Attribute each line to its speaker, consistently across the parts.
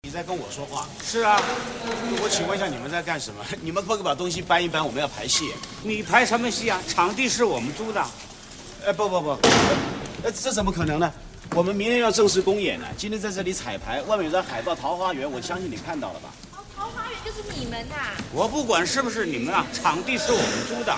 Speaker 1: 你在跟我说话？
Speaker 2: 是啊，
Speaker 1: 我请问一下，你们在干什么？ 你们不把东西搬一搬，我们要排戏。
Speaker 2: 你排什么戏啊？场地是我们租的，
Speaker 1: 哎，不不不，呃，这怎么可能呢？我们明天要正式公演呢，今天在这里彩排，外面有张海报《桃花源》，我相信你看到了吧？
Speaker 3: 哦，桃花源就是你们呐、
Speaker 2: 我不管是不是你们啊，场地是我们租的。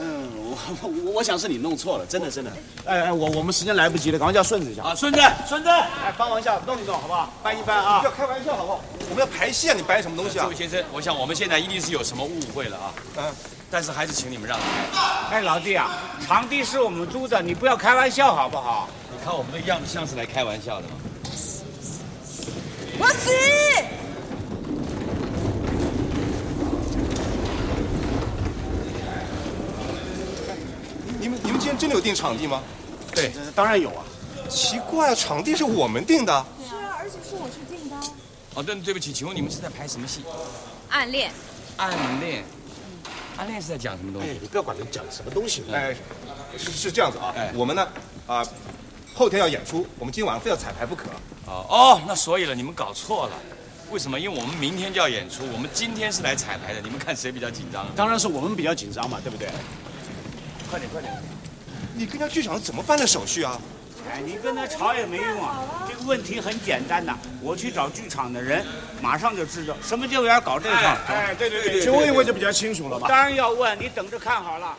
Speaker 1: 嗯，我我我想是你弄错了，真的真的。哎哎，我我们时间来不及了，赶快叫顺子一下。
Speaker 2: 啊，孙子，孙子，
Speaker 1: 哎，帮忙一下，弄一弄好不好？搬一搬啊！
Speaker 4: 不要开玩笑好不好？我们要排戏啊，你摆什么东西
Speaker 5: 呃这
Speaker 4: 啊
Speaker 5: 位？先生，我想我们现在一定是有什么误会了啊，
Speaker 4: 嗯，
Speaker 5: 但是还是请你们让开。
Speaker 2: 哎，老弟啊，场地是我们租的，你不要开玩笑好不好？
Speaker 5: 你看我们的样子像是来开玩笑的吗？
Speaker 3: 我死！
Speaker 4: 你们你们今天真的有定场地吗？
Speaker 5: 对，
Speaker 1: 这当然有啊，
Speaker 4: 奇怪啊，场地是我们定的，
Speaker 3: 是啊，而且是我去订的。
Speaker 5: 哦，对，对不起，请问你们是在拍什么戏？
Speaker 3: 暗恋，
Speaker 5: 暗恋，暗恋是在讲什么东西？
Speaker 1: 哎你不要管他们讲什么东西了。
Speaker 4: 哎，是是这样子啊
Speaker 5: 哎，
Speaker 4: 我们呢，啊，后天要演出，我们今晚上非要彩排不可。
Speaker 5: 哦哦，那所以了，你们搞错了。为什么？因为我们明天就要演出，我们今天是来彩排的，你们看谁比较紧张啊？
Speaker 1: 当然是我们比较紧张嘛，对不对？
Speaker 5: 快点，快点！
Speaker 4: 你跟人家剧场怎么办的手续啊？
Speaker 2: 哎，你跟他吵也没用啊。这个问题很简单呐、我去找剧场的人，马上就知道什么叫要搞这个。
Speaker 5: 哎，对对对
Speaker 1: 就问一问就比较清楚了吧？
Speaker 2: 当然要问，你等着看好了。